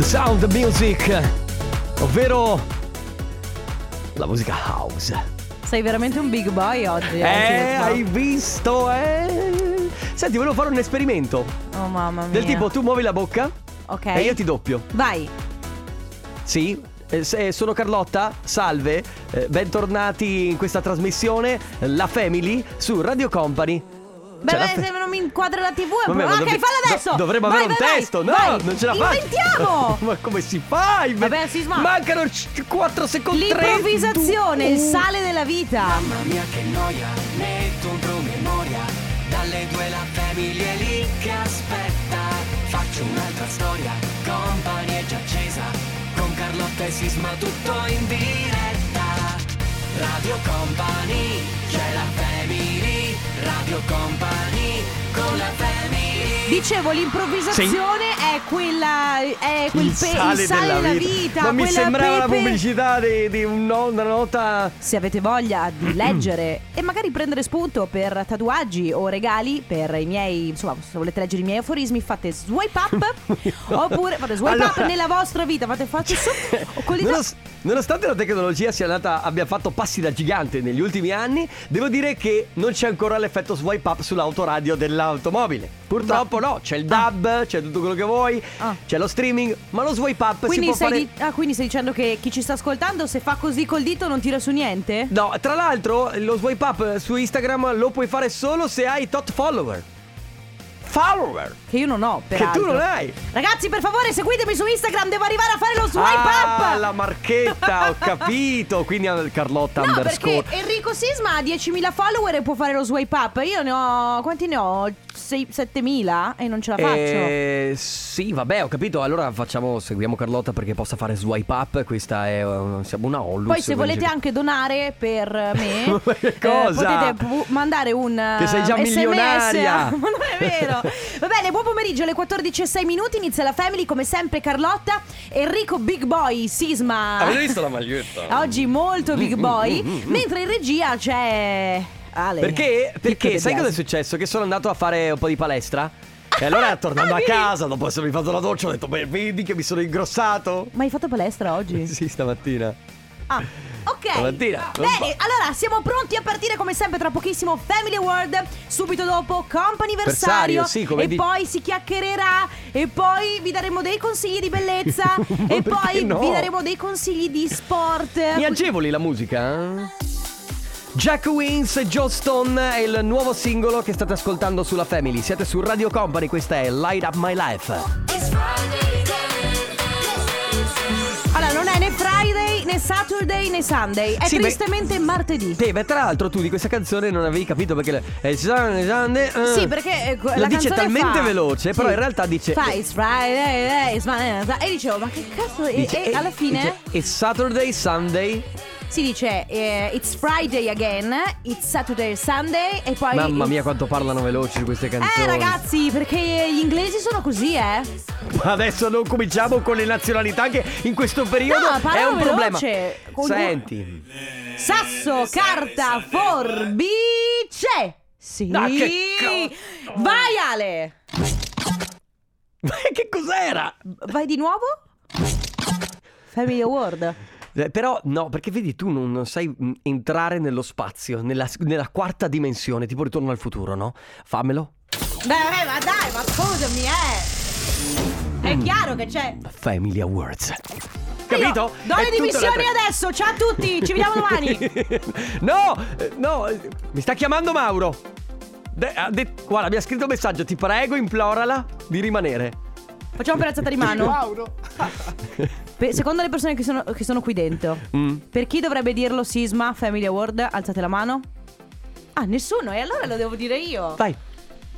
Sound Music, ovvero la musica house. Sei veramente un big boy Eh, oggi. Filippo. hai visto? Eh? Senti, volevo fare un esperimento. Oh mamma mia. Del tipo, tu muovi la bocca Ok. e io ti doppio. Vai. Sì, eh, se- sono Carlotta, salve, eh, bentornati in questa trasmissione, La Family, su Radio Company. Beh, C'è la beh, fe- se non mi inquadra la TV è Vabbè, proprio- ma Ah, dov- Ok, fallo adesso. do- dovremmo Vai, avere vai, un vai. testo, no? Vai. Non ce la faccio. Inventiamo. ma come si fa? Inve- Vabbè, Sisma. Mancano 4 secondi. tre, L'improvvisazione, il due, sale della vita. Mamma mia che noia, metto un promemoria Dalle due la famiglia è lì che aspetta Faccio un'altra storia, compagnia è già accesa Con Carlotta e Sisma tutto in diretta Radio Company, c'è la family Radio Company, con la family Dicevo, l'improvvisazione è quella. È quel il pe- sale, il sale della, vita. Ma mi quella sembrava la pepe- pubblicità di, di un no- una nota. Se avete voglia di leggere e magari prendere spunto per tatuaggi o regali per i miei, insomma, se volete leggere i miei aforismi, fate swipe up oppure fate swipe Allora- cioè, up nella vostra vita, fate fate su o con i Nonos- Nonostante la tecnologia sia nata, abbia fatto passi da gigante negli ultimi anni, devo dire che non c'è ancora l'effetto swipe up sull'autoradio dell'automobile. Purtroppo no, c'è il DAB, c'è tutto quello che vuoi, Ah. c'è lo streaming, ma lo swipe up si Quindi può stai, fare... di- ah, quindi stai dicendo che chi ci sta ascoltando se fa così col dito non tira su niente? No, tra l'altro lo swipe up su Instagram lo puoi fare solo se hai tot follower. Follower! Che io non ho, peraltro. Che tu non hai! Ragazzi, per favore, seguitemi su Instagram, devo arrivare a fare lo swipe ah, up! la marchetta, ho capito! Quindi al Carlotta No, underscore. perché Enrico Sisma ha 10.000 follower e può fare lo swipe up. Io ne ho. Quanti ne ho? Sei- 7.000 e non ce la faccio. Eh, sì, vabbè, ho capito. Allora facciamo, seguiamo Carlotta perché possa fare swipe up. Questa è eh, siamo una Ollus. Poi, se volete anche donare per me, eh, Ma che cosa? potete pu- mandare un eh, Che sei già SMS. milionaria. Ma non è vero. Va bene, buon pomeriggio, alle 14.06 minuti. Inizia la family, come sempre, Carlotta, Enrico Big Boy, Sisma. Avete visto Mm, la maglietta? Oggi molto Big Boy. mentre in regia c'è. Ale. Perché? Perché Chicco De sai cosa è Biasi. successo? Che sono andato a fare un po' di palestra. E allora tornando Ah, a vedi? casa, dopo essermi fatto la doccia, ho detto, beh, vedi che mi sono ingrossato. Ma hai fatto palestra oggi? Sì, stamattina. Ah, ok. Ah, Stamattina. Bene, allora siamo pronti a partire come sempre tra pochissimo Family World, subito dopo companiversario Versario, sì, come e di- poi si chiacchiererà e poi vi daremo dei consigli di bellezza Ma perché e poi no? vi daremo dei consigli di sport. Mi agevoli la musica? eh? Jack Wins e Joe Stone è il nuovo singolo che state ascoltando sulla Family. Siete su Radio Company, questa è Light Up My Life. Allora, non è né Friday, né Saturday, né Sunday, è Sì, beh- tristemente martedì. Sì, beh, tra l'altro tu di questa canzone non avevi capito perché... le- eh, ci sono le donne, eh. Sì, perché eh, La la dice canzone talmente fa- veloce, però Sì. in realtà dice... Fa it's Friday, eh, it's Monday", E dicevo, ma che cazzo? E- dice, e, eh, alla fine dice, It's Saturday, Sunday. si dice eh, It's Friday again, It's Saturday, Sunday e poi... Mamma mia quanto parlano veloci queste canzoni. Eh ragazzi, perché gli inglesi sono così, eh? Ma adesso non cominciamo con le nazionalità che in questo periodo No, è parlano un problema. veloce. Con- Senti. Sasso, carta, forbice! Sì! No, che Vai Ale! Ma che cos'era? Vai di nuovo? Family Award. Eh, Però no, perché vedi tu non non sai mh, entrare nello spazio, nella, nella quarta dimensione, tipo ritorno al futuro, no? Fammelo. Beh, eh, ma dai, ma scusami, eh! È Mm. chiaro che c'è... Family Awards. Capito? Io do È le tutta dimissioni un'altra- adesso, ciao a tutti, ci vediamo domani! no, eh, no, eh, mi sta chiamando Mauro. De- ha det- guarda, mi ha scritto un messaggio, ti prego, implorala di rimanere. Facciamo per alzata di mano. Pe- secondo le persone che sono, che sono qui dentro, Mm. per chi dovrebbe dirlo Sisma Family Award? Alzate la mano. Ah, nessuno, e allora lo devo dire io. Vai.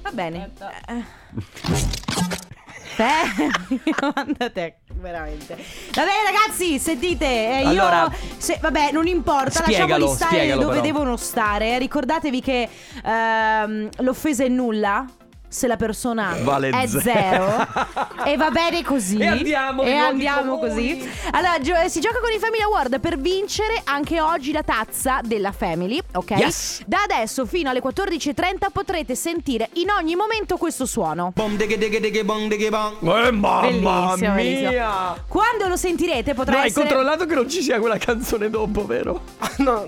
Va bene. Eh. Beh, manda te, veramente. Va bene, ragazzi, sentite. eh, io. Allora- se- vabbè, non importa. Spiegalo, lasciamoli stare spiegalo dove però. devono stare. Ricordatevi che ehm, l'offesa è nulla. se la persona Vale è zero. zero e va bene così E andiamo e nei luoghi andiamo comuni. così allora gio- eh, si gioca con i Family Award per vincere anche oggi la tazza della Family ok Yes. da adesso fino alle 14.30 potrete sentire in ogni momento questo suono Eh, mamma Bellissimo, bellissimo. mia! Quando lo sentirete potrà No, hai essere controllato che non ci sia quella canzone dopo, vero? no,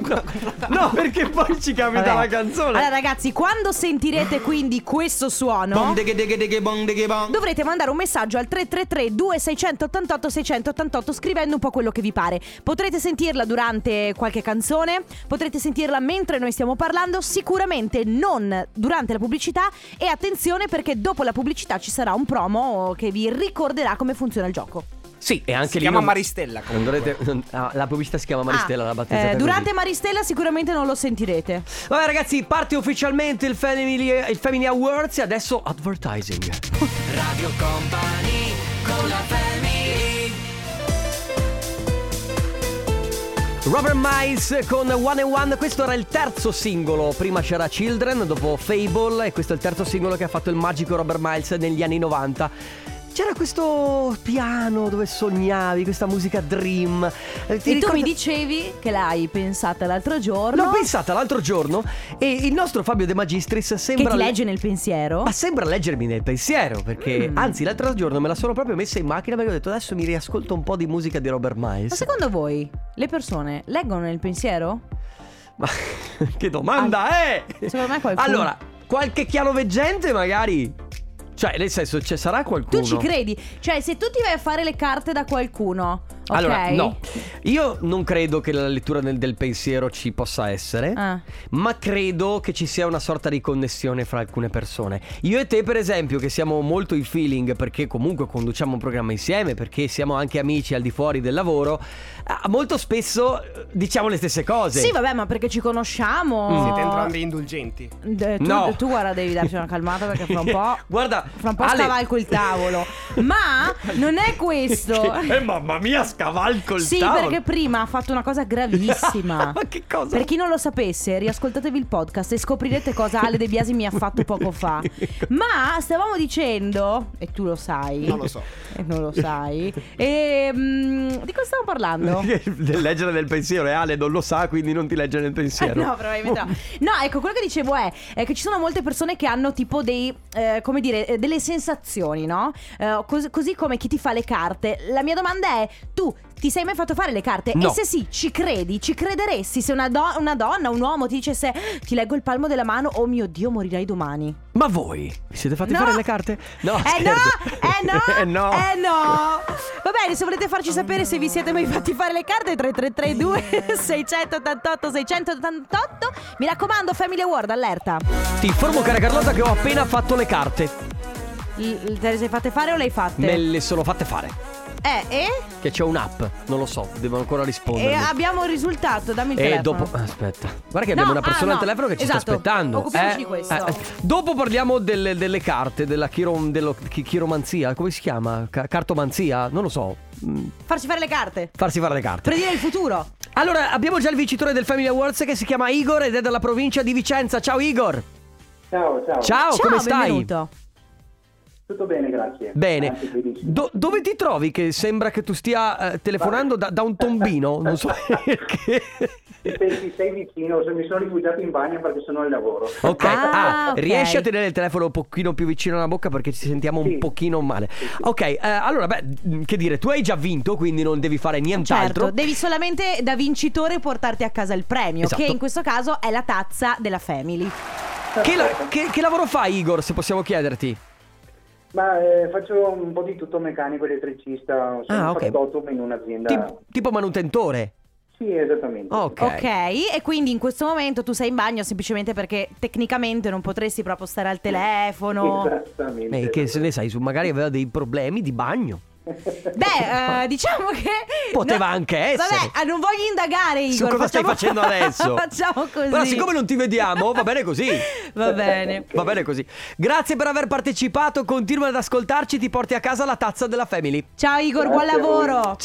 no, perché poi ci capita Ah, Vabbè. la canzone. Allora ragazzi, quando sentirete quindi questo suono, dovrete mandare un messaggio al 333 2688 688 scrivendo un po' quello che vi pare. Potrete sentirla durante qualche canzone, potrete sentirla mentre noi stiamo parlando, sicuramente non durante la pubblicità e attenzione perché dopo la pubblicità ci sarà un promo che vi ricorderà come funziona il gioco. Sì, E anche si lì chiama non- Maristella Non comunque. dovrete- non- ah, la pubblicità si chiama Maristella, Ah, la battezzata eh, così. durante Maristella sicuramente non lo sentirete. Vabbè ragazzi, parte ufficialmente il Family, il Family Awards e adesso advertising. Radio Company con la family Robert Miles con One and One, questo era il terzo singolo, prima c'era Children, dopo Fable e questo è il terzo singolo che ha fatto il magico Robert Miles negli anni 90. C'era questo piano dove sognavi, questa musica dream. Eh, ti e tu ricordi- mi dicevi che l'hai pensata l'altro giorno. L'ho pensata l'altro giorno e il nostro Fabio De Magistris Che sembra... ti legge nel pensiero. Ma sembra leggermi nel pensiero perché, Mm. anzi, l'altro giorno me la sono proprio messa in macchina perché ho detto adesso mi riascolto un po' di musica di Robert Miles. Ma secondo voi le persone leggono nel pensiero? Ma che domanda è? Secondo me qualcuno- Allora, qualche chiaroveggente magari. Cioè, nel senso, ci sarà qualcuno. Tu ci credi? Cioè, se tu ti vai a fare le carte da qualcuno, ok? Allora, no. Io non credo che la lettura del, del pensiero ci possa essere. Ah. Ma credo che ci sia una sorta di connessione fra alcune persone. Io e te, per esempio, che siamo molto in feeling perché comunque conduciamo un programma insieme, perché siamo anche amici al di fuori del lavoro, ah, molto spesso eh, diciamo le stesse cose. Sì, vabbè, ma perché ci conosciamo. Siete entrambi indulgenti. Eh, tu, Mm. No. tu guarda, devi darci una calmata perché fra un po'. Guarda, Fra un po' Ale- scavalco il tavolo. Ma non è questo. Che- eh, mamma mia, scavalco il sì, tavolo. perché prima ha fatto una cosa gravissima. Ma che cosa? Per chi non lo sapesse, riascoltatevi il podcast e scoprirete cosa Ale De Biasi mi ha fatto poco fa. Ma stavamo dicendo, e tu lo sai, Non lo so. e Eh, non lo sai, e, mm, di cosa stavamo parlando? Del leggere del pensiero, e Ale non lo sa, quindi non ti legge nel Eh, pensiero. no, probabilmente no. No, ecco, quello che dicevo è, è che ci sono molte persone che hanno tipo dei, eh, come dire, eh, delle sensazioni, no? Eh, cos- così come chi ti fa le carte. La mia domanda è, tu ti sei mai fatto fare le carte? No. E se sì, ci credi? Ci crederesti se una, do- una donna, un uomo ti dicesse, "Ah, ti leggo il palmo della mano, oh mio Dio, morirai domani? Ma voi vi siete fatti No. fare le carte? No, eh no, scherzo. eh no, eh no. eh no. Va bene, se volete farci sapere se vi siete mai fatti fare le carte 3332 688 688, mi raccomando Family Award allerta. Ti informo, cara Carlotta, che ho appena fatto le carte. L- te le sei fatte fare o le hai fatte? Me le sono fatte fare. Eh, e? Che c'è un'app, non lo so, devo ancora rispondere. E abbiamo il risultato, dammi il E telefono. Oh, Eh, dopo. Aspetta, guarda che abbiamo No, una persona ah, al no. telefono che ci sta Esatto. aspettando. Eh, Occupiamoci di questo. dopo parliamo delle, delle carte, della chiro- dello- chi- chiromanzia. Come si chiama? Ca- cartomanzia? Non lo so. Mm, Farci fare le carte. Farsi fare le carte. Predire il futuro. Allora, abbiamo già il vincitore del Family Awards che si chiama Igor ed è dalla provincia di Vicenza. Ciao, Igor. Ciao, ciao. Ciao, Ciao, Ah, come stai? benvenuto. Tutto bene, grazie. Bene, Anzi, benissimo. Do- dove ti trovi che sembra che tu stia eh, telefonando da, da un tombino? Non so perché. Pensi, sei vicino, se mi sono rifugiato in bagno perché sono al lavoro. Ok, Ah, ah, ok. riesci a tenere il telefono un pochino più vicino alla bocca perché ci sentiamo un Sì. pochino male. Ok, eh, allora, beh, mh, che dire, tu hai già vinto, quindi non devi fare nient'altro. Certo, devi solamente da vincitore portarti a casa il premio, Esatto. che in questo caso è la tazza della Family. Che, la- che- che lavoro fai, Igor, se possiamo chiederti? Ma eh, faccio un po' di tutto mechanico, elettricista, sono Ah, un ok. factotum in un'azienda. Tipo, tipo manutentore. Sì, esattamente. Ok. Ok, e quindi in questo momento tu sei in bagno semplicemente perché tecnicamente non potresti proprio stare al telefono. Esattamente. Eh, che se ne sai, su magari aveva dei problemi di bagno. Esatto. Beh, eh, diciamo che. Poteva anche essere. Vabbè, ah, non voglio indagare, Igor. Su cosa stai facciamo- facendo adesso? facciamo così. Però siccome non ti vediamo, va bene così. Va bene. Va bene così. Grazie per aver partecipato, continua ad ascoltarci, ti porti a casa la tazza della Family. Ciao, Igor, buon Grazie a voi. lavoro. Ciao!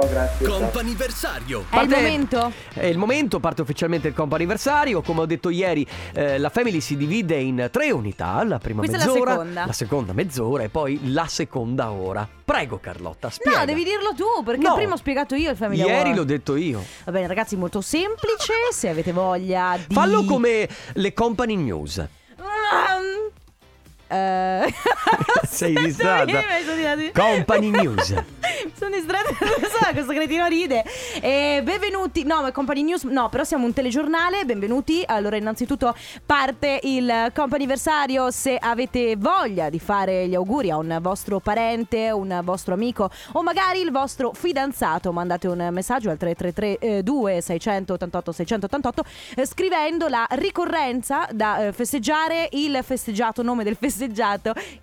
Ciao, grazie. ciao. Comp'anniversario. È il Parte- momento? È il momento, parte ufficialmente il comp'anniversario. Come ho detto ieri, eh, la family si divide in tre unità: la prima Questa è la mezz'ora, seconda. seconda mezz'ora e poi la seconda ora. Prego, Carlotta, spiega. No, devi dirlo tu, perché No. prima ho spiegato io il Family Ieri Award. l'ho detto io. Va bene, ragazzi, molto semplice. Se avete voglia di. Fallo come le company news. Mm. Eh, Sei distratta. aspetta, mi hai messo di- Company News. Mi Sono distratta, lo so, questo cretino ride. Eh, benvenuti, no, ma Company News, no, però siamo un telegiornale, benvenuti. Allora, innanzitutto parte il comp'anniversario. Se avete voglia di fare gli auguri a un vostro parente, un vostro amico o magari il vostro fidanzato, mandate un messaggio al 333 2688 688 eh, scrivendo la ricorrenza da eh, festeggiare, il festeggiato, nome del festeggiato,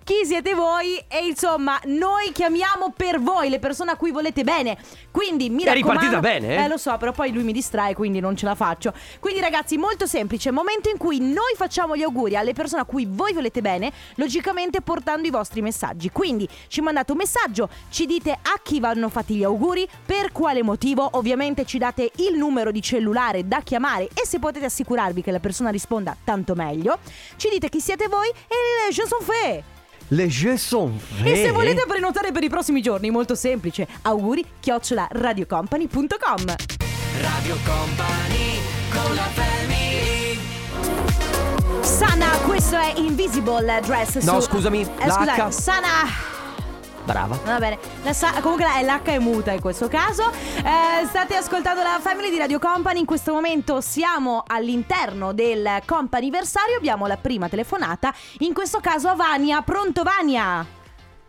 chi siete voi e insomma noi chiamiamo per voi le persone a cui volete bene. Quindi mi È raccomando. ripartita bene, eh? Eh lo so, però poi lui mi distrae, quindi non ce la faccio. Quindi ragazzi, molto semplice, momento in cui noi facciamo gli auguri alle persone a cui voi volete bene, logicamente portando i vostri messaggi. Quindi ci mandate un messaggio, ci dite a chi vanno fatti gli auguri, per quale motivo, ovviamente ci date il numero di cellulare da chiamare e se potete assicurarvi che la persona risponda tanto meglio, ci dite chi siete voi e je sont fait. Le jeux sont E vrais. se volete prenotare per i prossimi giorni, molto semplice, auguri chiocciola radiocompany.com. Radio Company con la family Sana, questo è Invisible Dress. No, su- scusami, Eh, la scusa, H. Sana. Brava. Va bene, la sa- comunque la- l'H è muta in questo caso. Eh, state ascoltando la Family di Radio Company. In questo momento siamo all'interno del comp'anniversario. Abbiamo la prima telefonata. In questo caso a Vania. Pronto, Vania?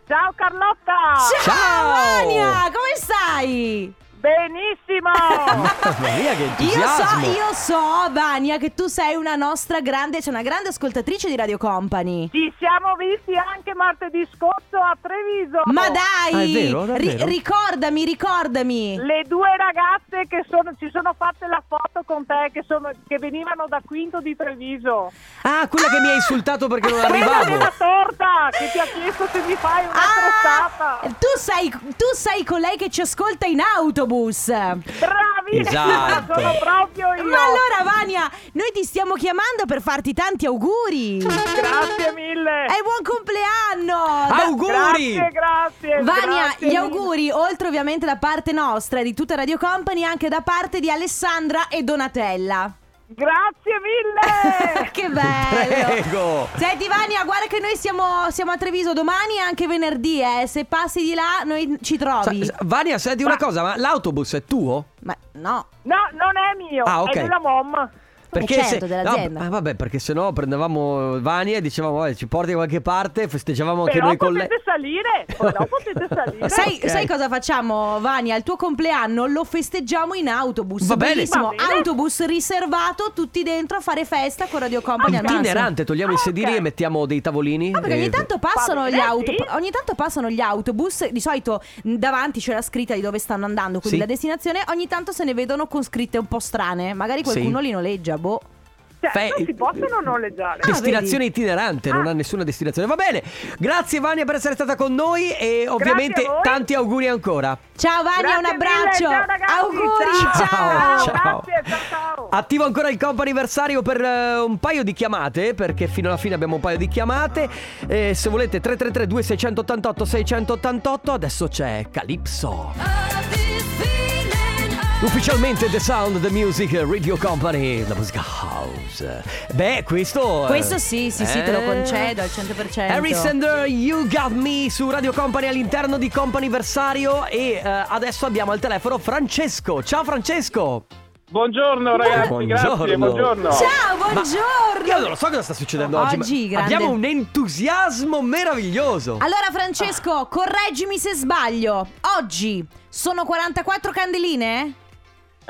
Ciao Carlotta! Ciao, Ciao. Vania, come stai? Benissimo! Mamma mia, che Oh. Io so, entusiasmo. io so, Vania, che tu sei una nostra grande, c'è una grande ascoltatrice di Radio Company. Ci siamo visti anche martedì scorso a Treviso! Ma dai! Ah, è vero, davvero? ricordami, ricordami! Le due ragazze che sono, ci sono fatte la foto con te, che, sono, che venivano da Quinto di Treviso. Ah, quella che mi ha insultato perché non Quella della arrivavo. torta che ti ha chiesto se mi fai una Ah, crostata. tu sei, tu sei con lei che ci ascolta in autobus. Bravi! Esatto. Sono proprio io! Ma allora, Vania, noi ti stiamo chiamando per farti tanti auguri. Eh. E Grazie mille! buon compleanno! Da- Auguri! Grazie, grazie! Vania, grazie gli mille. auguri, oltre ovviamente da parte nostra e di tutta Radio Company, anche da parte di Alessandra e Donatella. Grazie mille! che bello! Prego. Senti Vania, guarda che noi siamo, siamo a Treviso domani e anche venerdì, eh. Se passi di là noi ci Sa- trovi. sa- Vania, senti una cosa, ma l'autobus è tuo? Ma no. No, non è mio, Ah, ok. è della mom. Eh, certo, dell'azienda. no, ah, vabbè, perché sennò prendevamo Vania e dicevamo, "Vabbè, ci porti da qualche parte, festeggiavamo anche Però noi con lei. potete salire, però potete salire. Sai, Ok. sai cosa facciamo, Vania? Il tuo compleanno lo festeggiamo in autobus. Va bene. Bellissimo, Va bene. autobus riservato, tutti dentro a fare festa con Radio Company al massimo. Itinerante, togliamo i Ah, sedili ok. e mettiamo dei tavolini. Eh, Ah, perché e- ogni tanto passano Va gli bene, auto, Eh, sì. ogni tanto passano gli autobus, di solito mh, davanti c'è la scritta di dove stanno andando, Sì. quindi la destinazione, ogni tanto se ne vedono con scritte un po' strane, magari qualcuno Sì. li noleggia, boh. Cioè, Fe- non si possono noleggiare. Ah, Destinazione itinerante, non ha nessuna destinazione. Va bene, grazie Vania per essere stata con noi e ovviamente a voi. tanti auguri ancora. Ciao Grazie Vania, un mille, abbraccio. ciao ragazzi, Auguri, Ah, ciao. ciao. Ciao, ciao. Grazie, ciao, ciao. Attivo ancora il comp anniversario per eh, un paio di chiamate, perché fino alla fine abbiamo un paio di chiamate. Eh, se volete 333 2688 688, adesso c'è Calypso. Ufficialmente The Sound, The Music, Radio Company, la musica house. Beh, questo... eh, Questo sì, sì, sì, te lo eh. concedo al 100%. Harry Sander, You Got Me su Radio Company all'interno di Companiversario e eh, adesso abbiamo al telefono Francesco. Ciao Francesco! Buongiorno ragazzi, grazie, Buongiorno. buongiorno. Ciao, Ma buongiorno. Io non lo so cosa sta succedendo oggi, Oggi, ma grande. abbiamo un entusiasmo meraviglioso. Allora Francesco, correggimi se sbaglio. Oggi sono 44 candeline? Eh,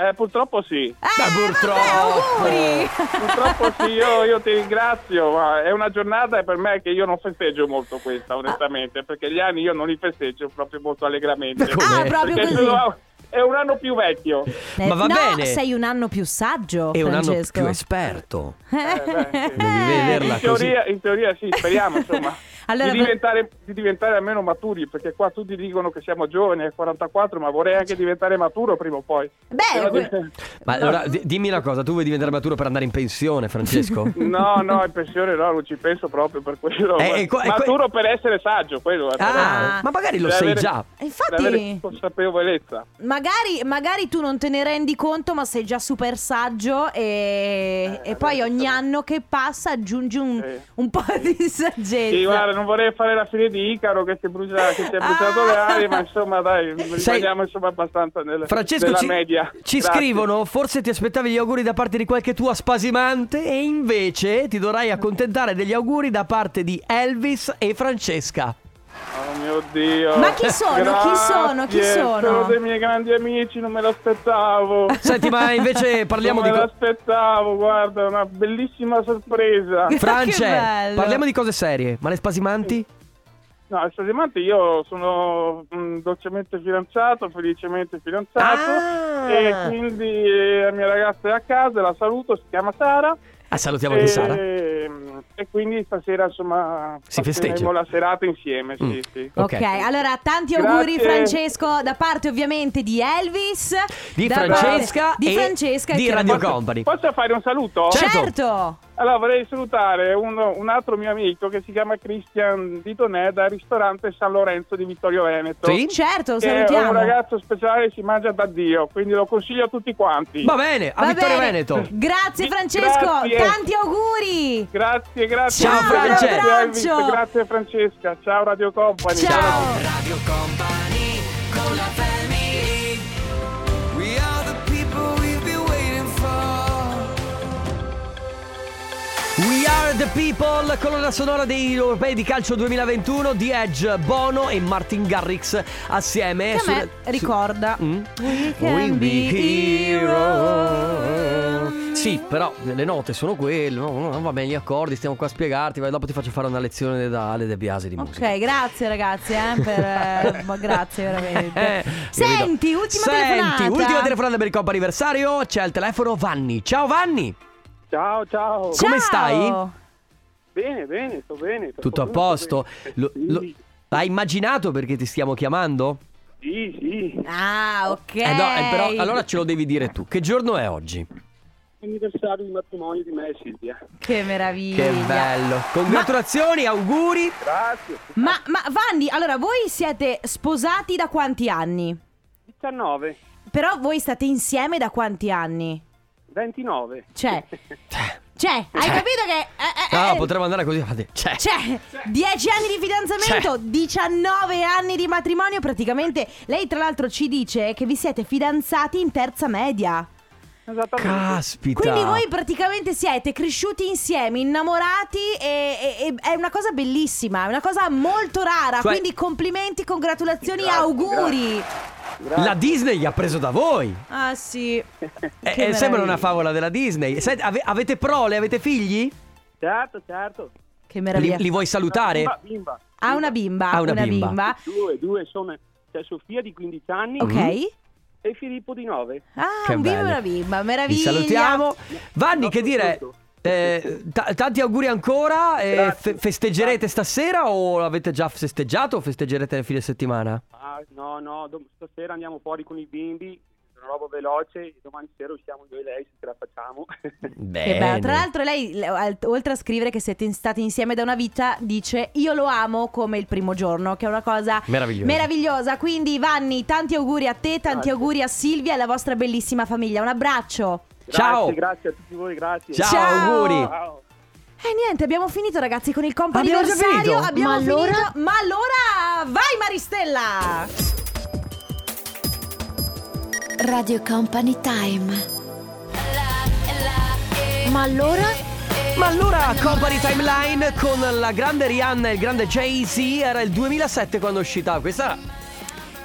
Eh, purtroppo sì. Beh, purtroppo. auguri! Purtroppo sì, io, io ti ringrazio, ma è una giornata per me che io non festeggio molto questa, onestamente, perché gli anni io non li festeggio proprio molto allegramente. Ma come? Ah, proprio Perché così. sono- È un anno più vecchio. Ma va Eh, no, bene. sei un anno più saggio, È un anno Francesco. Eh, più esperto. Eh, beh, sì. Devi vederla In così. teoria, in teoria sì, speriamo insomma Allora, di, per- diventare, di diventare almeno maturi, perché qua tutti dicono che siamo giovani, ai 44, ma vorrei anche diventare maturo prima o poi. Beh, Però di- que- Ma allora di- dimmi una cosa, tu vuoi diventare maturo per andare in pensione, Francesco? No, no, in pensione no, non ci penso proprio per quello. Eh, e qua- e que- maturo per essere saggio, quello. è ah, Ah. ma magari lo Per sei avere- già. per avere infatti, consapevolezza. magari, magari tu non te ne rendi conto, ma sei già super saggio Eh, e, e poi ogni anno che passa aggiungi un, Sì. un po' di saggezza. Sì, guarda, non vorrei fare la fine di Icaro che si, brucia, che si è bruciato Ah. le ali, ma insomma dai, Sei- rimaniamo insomma abbastanza nel, Francesco nella ci, media. ci Grazie. scrivono, forse ti aspettavi gli auguri da parte di qualche tua spasimante e invece ti dovrai accontentare degli auguri da parte di Elvis e Francesca. Oh mio Dio. Ma chi sono? Chi Grazie, sono? Chi sono? dei miei grandi amici, non me l'aspettavo. Senti, ma invece parliamo non di... me co- l'aspettavo, guarda, una bellissima sorpresa. Che France, bello. eh, parliamo di cose serie, ma le spasimanti? No, assolutamente io sono mm, dolcemente fidanzato, felicemente fidanzato Ah. e quindi eh, la mia ragazza è a casa, la saluto, si chiama Sara. Ah, salutiamo Eh, anche Sara. E, e quindi stasera insomma Si festeggia. passeremo la serata insieme, sì, Mm. sì. Ok. ok, allora tanti auguri Grazie. Francesco da parte ovviamente di Elvis, Di da Francesca parte di e Francesca e di che- Radio Company. Posso fare un saluto? Certo. Certo. Allora vorrei salutare uno- un altro mio amico che si chiama Christian Ditonè dal ristorante San Lorenzo di Vittorio Veneto. Sì? Certo, lo Che è un salutiamo. ragazzo speciale, si mangia da Dio, quindi lo consiglio a tutti quanti. Va bene, a Va Vittorio bene. Veneto. Grazie Vi- Francesco, grazie. tanti auguri. Grazie, grazie. Ciao, Francesco. Grazie, Elvis. Abbraccio. grazie Francesca. Ciao Radio Company. Ciao. Radio Company con la family. We are the people we've been waiting for. We are the people, colonna sonora dei europei di calcio 2021 di Edge, Bono e Martin Garrix assieme. Che a su- me su- ricorda Eh, Mm? We can be hero. Sì, però le note sono quelle, no, no, va bene gli accordi, stiamo qua a spiegarti, vai, dopo ti faccio fare una lezione da Ale De Biasi di musica. Ok, grazie ragazzi, eh, per, eh, ma grazie veramente. Eh, Senti, capito. ultima Senti, telefonata. ultima telefonata per il compo anniversario, c'è al telefono Vanni. Ciao Vanni, Ciao, ciao. Ciao. come stai? Bene, bene, sto bene. per Tutto a fortuna posto? sto bene. Lo- lo- sì, l'hai immaginato perché ti stiamo chiamando? sì, sì. Ah, ok. Eh no, eh, però allora ce lo devi dire tu. Che giorno è oggi? Anniversario di matrimonio di me e Silvia. che meraviglia. Che bello. Congratulazioni, auguri. Eh. Grazie. Ma, ma Vanni, allora voi siete sposati da quanti anni? 19, Però voi state insieme da quanti anni? 29. Cioè, cioè, hai capito che eh, eh, No, eh, potremmo andare così. fate- Cioè, Cioè, 10 anni di fidanzamento, 19 anni di matrimonio, praticamente. Lei, tra l'altro, ci dice che vi siete fidanzati in terza media. Esattamente. caspita. Quindi voi praticamente siete cresciuti insieme, innamorati e, e- e è una cosa bellissima, è una cosa molto rara. Cioè- Quindi complimenti, congratulazioni, Grazie, auguri. La Disney gli ha preso da voi. Ah sì. Eh, Che eh, sembra meraviglia. una favola della Disney. Senti, ave- avete prole? Avete figli? Certo, certo. Che Li, meraviglia. li vuoi Bimba, salutare? bimba. Ha una bimba, Ha una bimba. Due, due, sono... C'è Sofia di 15 anni Ok. e Filippo di 9. Ah, Mhm. Che un bimbo e bello. una bimba, Li meraviglia. salutiamo. Vanni, che dire? Tutto. eh, ta- tanti auguri ancora. eh, Grazie. fe- festeggerete stasera o avete già festeggiato o festeggerete nel fine settimana? Ah, no, no, dom- stasera andiamo fuori con i bimbi, una roba veloce, e domani sera usciamo io e lei se ce la facciamo. Che Bene. bello. Tra l'altro lei, le- al- oltre a scrivere che siete in- stati insieme da una vita, dice io lo amo come il primo giorno, che è una cosa Meraviglioso. meravigliosa. Quindi Vanni, tanti auguri a te, tanti Grazie. auguri a Silvia e alla vostra bellissima famiglia. Un abbraccio. Ciao. Grazie, grazie a tutti voi, grazie. Ciao, Ciao. auguri. Ciao. E Eh, niente, abbiamo finito ragazzi con il compo Abbiamo anniversario. finito? Abbiamo Ma finito. allora? Ma allora vai Maristella! Radio Company Time. Ma allora? Ma allora Company Timeline con la grande Rihanna e il grande Jay-Z era il 2007 quando è uscita questa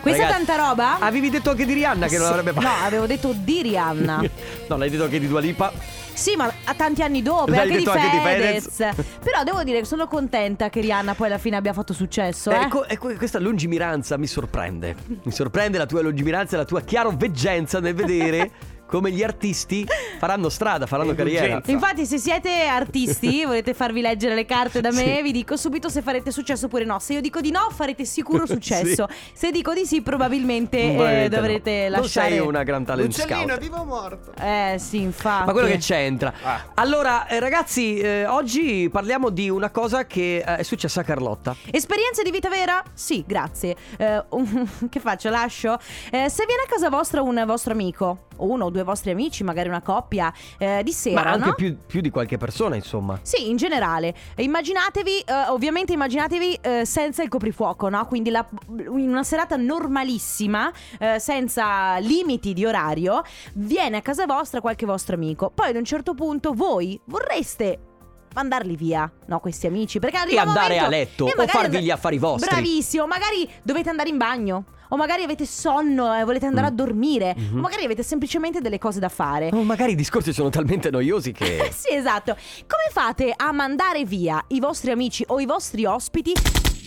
Questa Ragazzi, è tanta roba? Avevi detto anche di Rihanna che non Ah. Sì. avrebbe fatto. No, avevo detto di Rihanna. no, l'hai detto anche di Dualipa. Sì, ma a tanti anni dopo, e L'hai anche di, detto Esatto, anche di Fedez. Fedez. Però devo dire che sono contenta che Rihanna poi alla fine abbia fatto successo. Eh? Ecco, ecco, questa lungimiranza mi sorprende. Mi sorprende la tua lungimiranza e la tua chiaroveggenza nel vedere come gli artisti faranno strada, faranno carriera. Infatti, se siete artisti, volete farvi leggere le carte da me, Sì. vi dico subito se farete successo oppure no. Se io dico di no, farete sicuro Sì. successo. Se dico di sì, probabilmente, eh, Probabilmente no. dovrete Non lasciare. sei una gran talent scout. Eh, sì, infatti. Ma quello che c'entra. Allora, eh, ragazzi, eh, oggi parliamo di una cosa che eh, è successa a Carlotta. Esperienza di vita vera? Sì, grazie. Eh, um, che faccio? Lascio? Eh, se viene a casa vostra un vostro amico, o uno o due vostri amici, magari una coppia, eh, di sera, Ma anche no? più, più di qualche persona, insomma. Sì, in generale. E Immaginatevi, eh, ovviamente immaginatevi eh, senza il coprifuoco, no? Quindi la- in una serata normalissima, eh, senza limiti di orario, viene a casa vostra qualche vostro amico. Poi ad un certo punto voi vorreste mandarli via, no? Questi amici, perché E arriva un andare momento- a letto e o magari- farvi gli affari vostri. Bravissimo, magari dovete andare in bagno. O magari avete sonno e volete andare Mm. a dormire. Mhm. O magari avete semplicemente delle cose da fare. Oh, magari i discorsi sono talmente noiosi che. Sì, esatto. Come fate a mandare via i vostri amici o i vostri ospiti?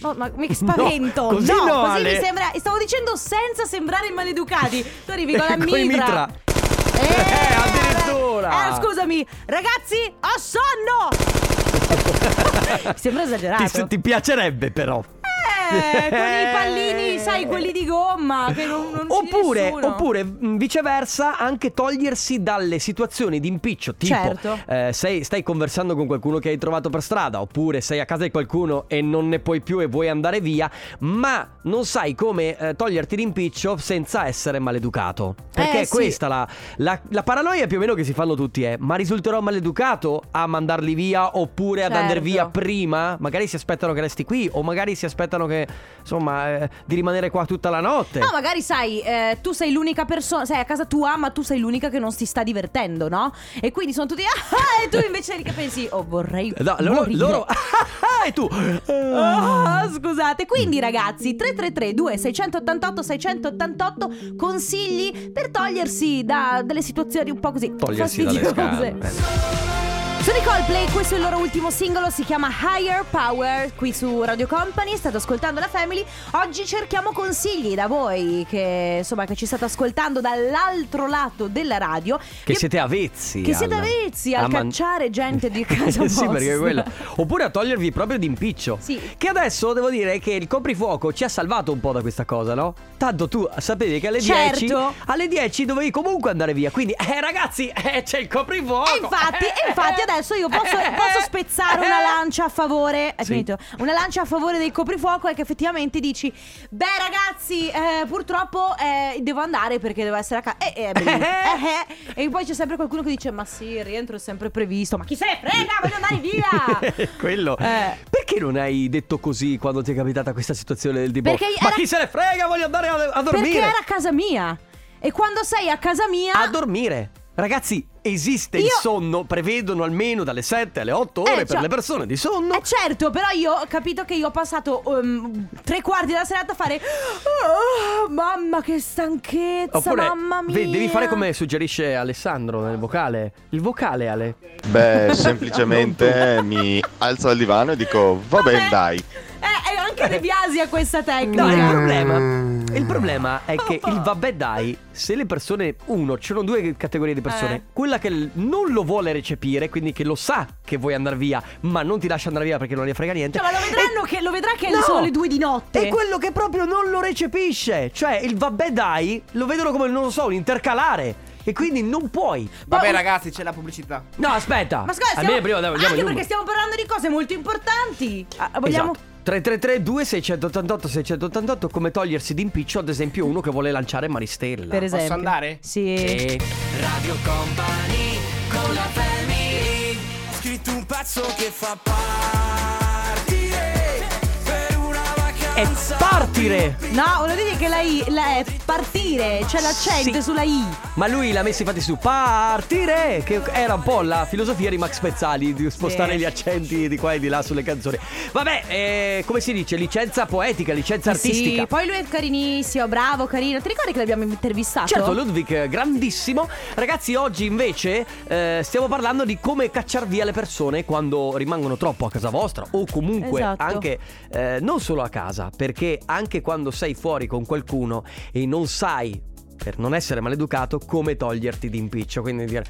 Oh, ma mi spavento. No, così no, così Ale. mi sembra. Stavo dicendo senza sembrare maleducati. Tu arrivi con la Coi mitra. Eh, Eh, addirittura. eh, scusami, ragazzi, ho sonno. mi sembra esagerato. Ti, ti piacerebbe, però. Eh, con i pallini, sai, quelli di gomma. Che non, non ci oppure, nessuno. oppure, mh, viceversa, anche togliersi dalle situazioni di impiccio. Tipo, Certo. eh, sei- stai conversando con qualcuno che hai trovato per strada, oppure sei a casa di qualcuno e non ne puoi più e vuoi andare via, ma non sai come eh, toglierti d'impiccio senza essere maleducato. Perché Eh, sì. questa la, la, la paranoia più o meno che si fanno tutti è: ma risulterò maleducato a mandarli via oppure ad Certo. andare via prima? Magari si aspettano che resti qui, o magari si aspettano che, insomma, eh, di rimanere qua tutta la notte. No, magari sai, eh, tu sei l'unica persona, sei a casa tua, ma tu sei l'unica che non si sta divertendo, no? E quindi sono tutti, ah, e tu invece che pensi, oh vorrei Eh, No, loro, morire." loro- e tu Oh, scusate, ququindi ragazzi 333 688 688 consigli per togliersi da delle situazioni un po' così fastidiose. Sono i Coldplay, questo è il loro ultimo singolo, si chiama Higher Power, qui su Radio Company, state ascoltando la Family. Oggi cerchiamo consigli da voi che insomma che ci state ascoltando dall'altro lato della radio. Che Vi- siete avezzi Che al- siete avvezzi a al man- cacciare gente di casa Sì perché vostra. quella Oppure a togliervi proprio d'impiccio Sì. Che adesso devo dire che il coprifuoco ci ha salvato un po' da questa cosa no? Tanto tu sapevi che alle Certo. 10 Alle 10 dovevi comunque andare via Quindi eh ragazzi eh, c'è il coprifuoco E infatti, e infatti adesso io posso, Eh, posso spezzare una eh. lancia a favore. È Sì. finito. Una lancia a favore del coprifuoco è che effettivamente dici: Beh, ragazzi, eh, purtroppo eh, devo andare perché devo essere a casa. Eh, eh, beh, Eh, eh, eh. E poi c'è sempre qualcuno che dice: Ma sì, il rientro è sempre previsto. Ma chi se ne frega? Voglio andare via! Quello Eh. Perché non hai detto così quando ti è capitata questa situazione del tipo Perché Ma era- chi se ne frega voglio andare a, a dormire Ah, Perché era a casa mia. E quando sei a casa mia. a dormire. Ragazzi, esiste il Io- sonno, prevedono almeno dalle 7 alle 8 ore Eh, per cioè- le persone di sonno. Eh certo, però io ho capito che io ho passato ehm, tre quarti della serata a fare "Oh, mamma che stanchezza, Oppure mamma mia. ve- devi fare come suggerisce Alessandro nel vocale. Il vocale, Ale. Beh, semplicemente mi alzo dal divano e dico, va Vabbè. bene dai. Eh, eh, anche De Biasi ha questa No, il tecnica. problema, il problema è che il vabbè dai, se le persone, uno, ci sono due categorie di persone, Eh. quella che l- non lo vuole recepire, quindi che lo sa che vuoi andare via, ma non ti lascia andare via perché non ne frega niente. Cioè, ma lo vedranno che lo vedrà che No! sono le due di notte. E quello che proprio non lo recepisce. Cioè, il vabbè dai lo vedono come, non lo so, un intercalare. E quindi non puoi. Vabbè, ragazzi, c'è la pubblicità. No, aspetta. Ma scusa, stiamo... Almeno prima diamo- diamo anche il perché stiamo parlando di cose molto importanti. Ah, vogliamo Esatto. 333 2688 688 come togliersi d'impiccio ad esempio uno che vuole lanciare Maristella. per esempio. andare? Sì. Sì. Radio Company con la family scritto un pezzo che fa partire eh, per una vacanza è partire. No, volevo dire che la I la è partire, c'è l'accento Sì. sulla I. Ma lui l'ha messa infatti su partire, che era un po' la filosofia di Max Pezzali, di spostare Sì. gli accenti di qua e di là sulle canzoni. Vabbè, eh, come si dice, licenza poetica, licenza artistica. Sì, poi lui è carinissimo, bravo, carino. Ti ricordi che l'abbiamo intervistato? Certo, Ludwig, eh, grandissimo. Ragazzi, oggi invece eh, stiamo parlando di come cacciar via le persone quando rimangono troppo a casa vostra o comunque Esatto. anche eh, non solo a casa, perché anche quando sei fuori con qualcuno e non sai, per non essere maleducato, come toglierti d'impiccio. Quindi dire...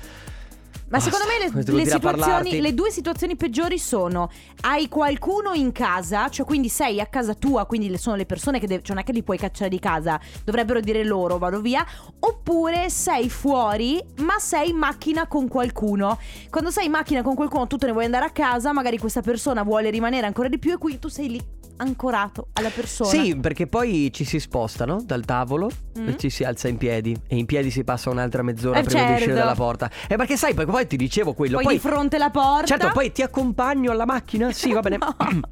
Ma secondo Basta, me le, questo vuol le dire a situazioni, parlarti. le due situazioni peggiori sono hai qualcuno in casa, cioè quindi sei a casa tua, quindi le- sono le persone che de- cioè non è che li puoi cacciare di casa, dovrebbero dire loro vado via, oppure sei fuori ma sei in macchina con qualcuno. Quando sei in macchina con qualcuno tu te ne vuoi andare a casa, magari questa persona vuole rimanere ancora di più e quindi tu sei lì ancorato alla persona. Sì, perché poi ci si spostano dal tavolo Mm. e ci si alza in piedi e in piedi si passa un'altra mezz'ora Eh, prima di uscire certo. dalla porta. E perché sai, perché poi ti dicevo quello, Poi, poi di fronte alla porta. Certo, poi ti accompagno alla macchina. Sì, va bene. No.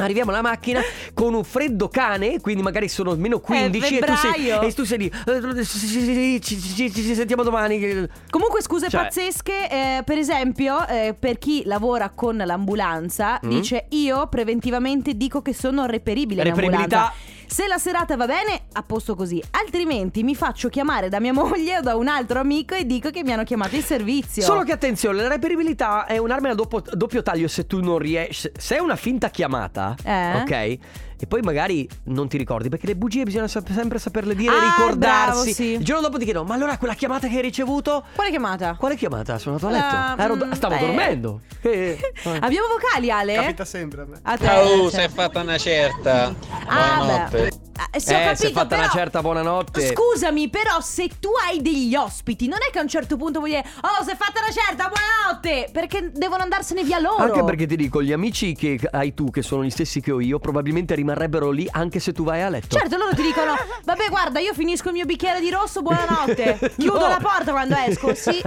Arriviamo alla macchina con un freddo cane, quindi magari sono meno 15 e tu sei, Eh, febbraio. e tu sei lì. eh, sì, sì, sì, Ci, ci- ci- ci sentiamo domani. Comunque scuse Cioè- pazzesche, eh, per esempio eh, per chi lavora con l'ambulanza Mm. dice io preventivamente dico che sono reperibile in Reperibilità. ambulanza. Se la serata va bene, a posto così, altrimenti mi faccio chiamare da mia moglie o da un altro amico e dico che mi hanno chiamato in servizio. Solo che attenzione, la reperibilità è un'arma a doppio, doppio taglio se tu non riesci. Se è una finta chiamata, Eh. ok? E poi magari non ti ricordi, perché le bugie bisogna sap- sempre saperle dire e Ah, ricordarsi. bravo, sì. Il giorno dopo ti chiedo, ma allora quella chiamata che hai ricevuto? Quale chiamata? Quale chiamata? Sono andato a La- letto. Ero do- mm, stavo eh. dormendo. Eh, eh. Abbiamo vocali Ale? Capita sempre a me. A te. Ciao, cioè. sei fatta una certa. Ah, Buonanotte. beh. Ah, sì, ho Eh, capito, si è fatta però- una certa buonanotte. Scusami, però, se tu hai degli ospiti, non è che a un certo punto vuoi dire, oh, si è fatta una certa, buonanotte, perché devono andarsene via loro. Anche perché ti dico, gli amici che hai tu, che sono gli stessi che ho io, probabilmente rimarrebbero lì anche se tu vai a letto. Certo, loro ti dicono, vabbè, guarda, io finisco il mio bicchiere di rosso, buonanotte. Chiudo No. la porta quando esco, sì.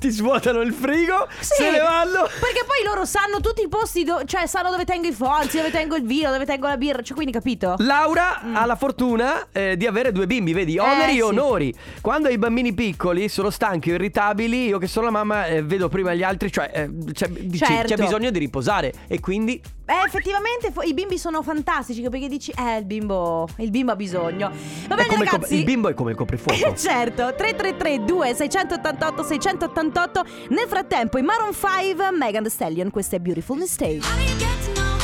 ti svuotano il frigo, Sì. se ne vanno. Perché poi loro sanno tutti i posti, do- cioè sanno dove tengo i forzi, dove tengo il vino, dove tengo la birra, cioè quindi capito? Laura ha la fortuna eh, di avere due bimbi, vedi, Mm. Eh, oneri sì. e onori. Quando i bambini piccoli sono stanchi o irritabili, io che sono la mamma eh, vedo prima gli altri, cioè eh, c'è, dici, Certo. c'è bisogno di riposare e quindi Eh, effettivamente fo- i bimbi sono fantastici perché dici, eh, il bimbo, il bimbo ha bisogno. Va è bene, come il cop- ragazzi. il bimbo è come il coprifuoco. Eh, certo, 333 2688 688 Nel frattempo in Maroon 5 Megan Thee Stallion, questa è Beautiful Mistake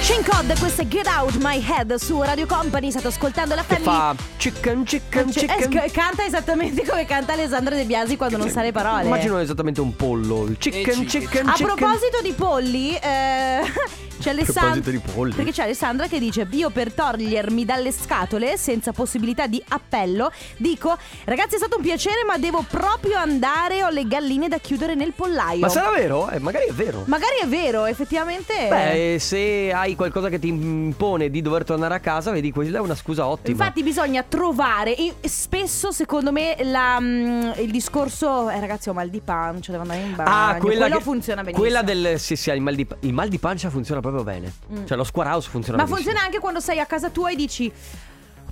Shane Codd, questa è Get Out My Head su Radio Company State ascoltando la che family fa chicken chicken Cioè, chicken. eh, sc- canta esattamente come canta Alessandra De Biasi quando non sa le parole Immagino esattamente un pollo, il chicken chicken A chicken. proposito di polli, eh, c'è proposito Alessandra. di polli. Perché c'è Alessandra che dice: Io per togliermi dalle scatole senza possibilità di appello, dico: Ragazzi, è stato un piacere, ma devo proprio andare. Ho le galline da chiudere nel pollaio. Ma sarà vero? Eh, magari è vero. Magari è vero, effettivamente. Beh, se hai qualcosa che ti impone di dover tornare a casa, vedi, quella è una scusa ottima. Infatti bisogna trovare e spesso secondo me la, mm, il discorso eh, ragazzi ho mal di pancia, devo andare in bagno. Quello Ah, che- funziona benissimo. Quella del sì, sì, il mal di, il mal di pancia funziona proprio bene. Mm. Cioè lo squarhouse funziona Ma benissimo. funziona anche quando sei a casa tua e dici.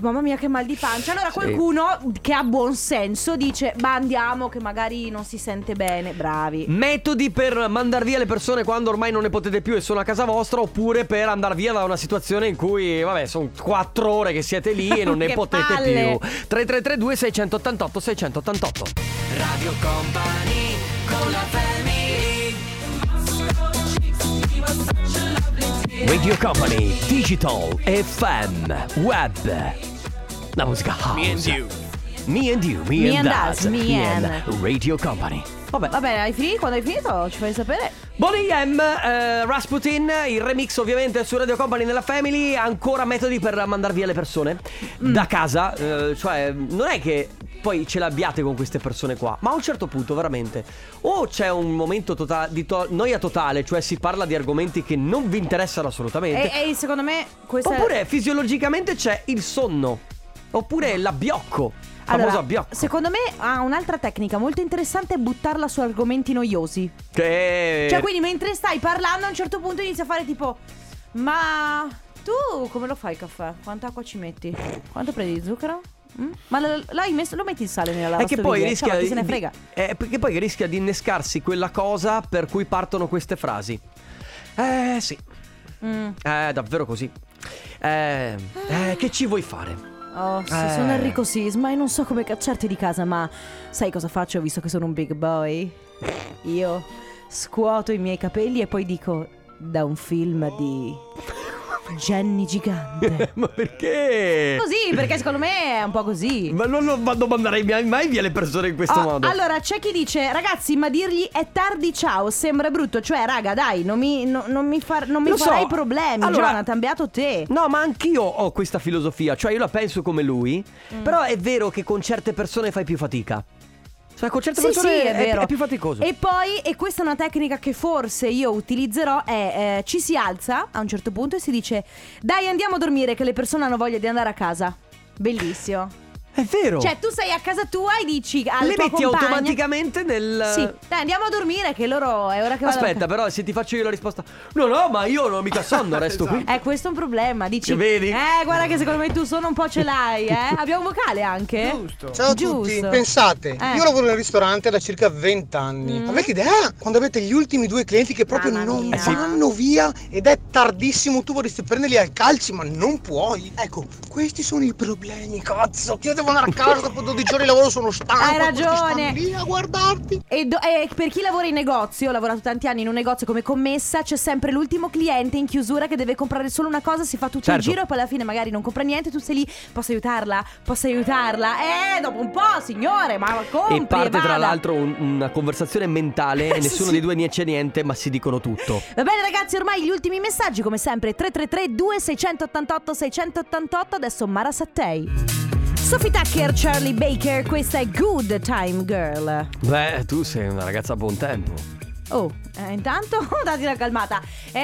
Mamma mia che mal di pancia Allora Sì. qualcuno che ha buon senso dice Ma andiamo che magari non si sente bene Bravi Metodi per mandar via le persone quando ormai non ne potete più e sono a casa vostra, oppure per andare via da una situazione in cui, vabbè, sono quattro ore che siete lì e non ne Che potete palle. più. 3332 688 688. Radio Company con la family Radio Company, Digital, FM, Web. La musica house. Me and you. Me and you, me, Me and, and us, us, me and- Radio Company. Vabbè, Vabbè hai finito? Quando hai finito ci fai sapere Bonnie M, eh, Rasputin, il remix ovviamente su Radio Company nella Family, ancora metodi per mandar via le persone Mm. da casa, eh, cioè non è che poi ce l'abbiate con queste persone qua, ma a un certo punto veramente o c'è un momento tota- di to- noia totale, cioè si parla di argomenti che non Eh, vi interessano assolutamente, E, e secondo me questa oppure fisiologicamente c'è il sonno. Oppure l'abbiocco. Allora, famoso abbiocco. secondo me ha un'altra tecnica molto interessante è buttarla su argomenti noiosi. Che... Cioè, quindi mentre stai parlando, a un certo punto inizia a fare tipo: Ma tu come lo fai il caffè? Quanta acqua ci metti? Quanto prendi di zucchero? Mm? Ma l- l'hai messo, lo metti il sale nella È che poi lavastoviglie? rischia Ciao, ma chi di, se ne frega. eh, perché poi rischia di innescarsi quella cosa per cui partono queste frasi. Eh sì, Mm. è davvero così. Eh, eh, che ci vuoi fare? Oh, sì, Eh. sono Enrico Sisma e non so come cacciarti di casa, ma sai cosa faccio visto che sono un big boy? Io scuoto i miei capelli e poi dico da un film di Jenny Gigante. Ma perché? Così, perché secondo me è un po' così. Ma non, non vado- manderei mai, mai via le persone in questo Oh, modo. Allora, c'è chi dice, ragazzi, ma dirgli è tardi, ciao, sembra brutto. Cioè, raga, dai, non mi, no- non mi, far- non mi Lo so. farai problemi. Allora- Jonathan, cambiato te. No, ma anch'io ho questa filosofia, cioè io la penso come lui, Mm. però è vero che con certe persone fai più fatica. Cioè con certe Sì, sì, persone è, è, vero. è più faticoso. E poi, e questa è una tecnica che forse io utilizzerò, è eh, ci si alza a un certo punto e si dice, dai, andiamo a dormire, che le persone hanno voglia di andare a casa. Bellissimo. È vero. Cioè, tu sei a casa tua e dici alla Oh. le tua metti compagna- automaticamente nel... Sì, dai, andiamo a dormire, che loro è ora che vado a- Aspetta, però, se ti faccio io la risposta, no, no, ma io non ho mica sonno, resto qui. Eh, questo è un problema, dici. Che vedi? Eh, guarda che secondo me tu sono un po' ce l'hai, eh. Abbiamo un vocale anche? Giusto. Ciao a tutti, pensate, Eh. io lavoro in un ristorante da circa 20 anni. Mm. Avete idea? Quando avete gli ultimi due clienti che proprio Mamma non mia. Eh sì. vanno via ed è tardissimo, tu vorresti prenderli al calci, ma non puoi. Ecco, questi sono i problemi, cazzo. Io devo andare a casa dopo 12 ore di lavoro, sono stanco. Hai questi stanno ragione. lì a guardarti. E, do- e per chi lavora in negozio, ho lavorato tanti anni in un negozio come commessa, c'è sempre l'ultimo cliente in chiusura che deve comprare solo una cosa, si fa tutto Certo. il giro e poi alla fine magari non compra niente, tu sei lì, posso aiutarla? Posso aiutarla? Eh, dopo un po', signore, ma compri E parte tra vada. l'altro un- una conversazione mentale e Sì, nessuno sì. dei due dice niente, ma si dicono tutto. Va bene ragazzi, ormai gli ultimi messaggi come sempre 333 2688 688 adesso Mara Sattei. Sophie Tucker, Charlie Baker, questa è Good Time Girl. Beh, tu sei una ragazza a buon tempo. Oh, eh, intanto dati una calmata. Eh,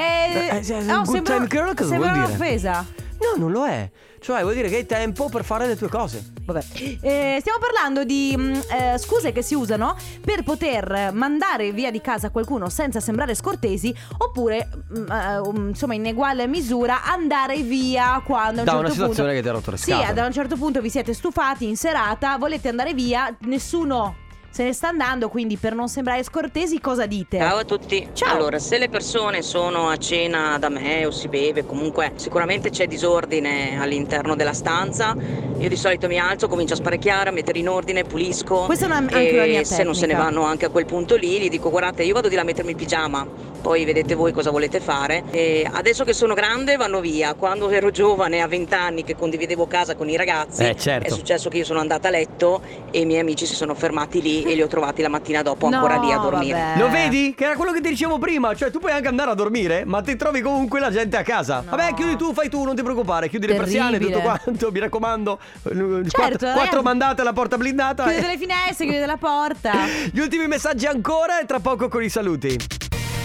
Eh, eh, oh, good time girl cosa vuol sembra dire? un'offesa. No, non lo è. Cioè, vuol dire che hai tempo per fare le tue cose. Vabbè. Eh, stiamo parlando di mm, eh, scuse che si usano per poter mandare via di casa qualcuno senza sembrare scortesi oppure, mm, eh, um, insomma, in uguale misura andare via quando a un Da certo una situazione punto... che ti ha rotto le Sì, scatole. ad un certo punto vi siete stufati in serata, volete andare via, nessuno se ne sta andando, quindi per non sembrare scortesi cosa dite? Ciao a tutti. Ciao. Allora, se le persone sono a cena da me o si beve, comunque sicuramente c'è disordine all'interno della stanza. Io di solito mi alzo, comincio a sparecchiare, a mettere in ordine, pulisco. Questa è una- anche e una mia eh, se non se ne tecnica. vanno anche a quel punto lì, gli dico guardate, io vado di là a mettermi il pigiama, poi vedete voi cosa volete fare. E adesso che sono grande vanno via. Quando ero giovane, a 20 anni, che condividevo casa con i ragazzi, Eh, certo. è successo che io sono andata a letto e i miei amici si sono fermati lì e li ho trovati la mattina dopo ancora No, lì a dormire. vabbè. Lo vedi? Che era quello che ti dicevo prima. Cioè, tu puoi anche andare a dormire, ma ti trovi comunque la gente a casa. No. Vabbè, chiudi tu, fai tu, non ti preoccupare. Chiudi le persiane, Terribile. Certo, tutto quanto. Mi raccomando. Quattro, ragazzi. quattro mandate alla porta blindata. eh. Chiudete le finestre, chiudete la porta. Gli ultimi messaggi ancora e tra poco con i saluti.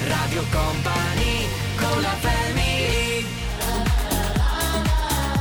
Radio Company con la family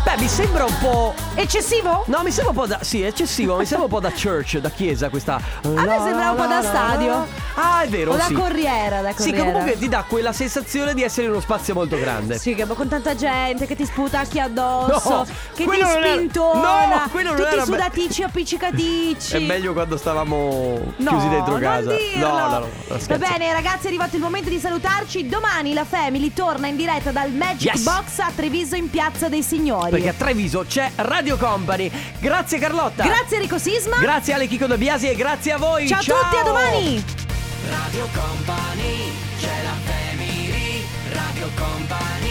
Beh, mi sembra un po'. Eccessivo? No, mi sembra un po' da. Sì, è eccessivo. mi sembra un po' da church, da chiesa questa. A me sembra un po' da stadio. Ah, è vero. O da sì. corriera, da corriera. Sì, che comunque ti dà quella sensazione di essere in uno spazio molto grande. Sì, che con tanta gente che ti sputacchi addosso, No, che ti quello non era- spintona, No, quello non tutti era be- sudatici, appiccicatici. È meglio quando stavamo No, chiusi dentro non casa. dirlo. No, no, no. Va scherzo. bene, ragazzi, è arrivato il momento di salutarci. Domani la Family torna in diretta dal Magic Yes. Box a Treviso in Piazza dei Signori. Perché a Treviso c'è Radio Company. Grazie Carlotta. Grazie Enrico Sisma. Grazie Ale Chico De Biasi e grazie a voi. ciao, a tutti, a domani. Radio Company c'è la family Radio Company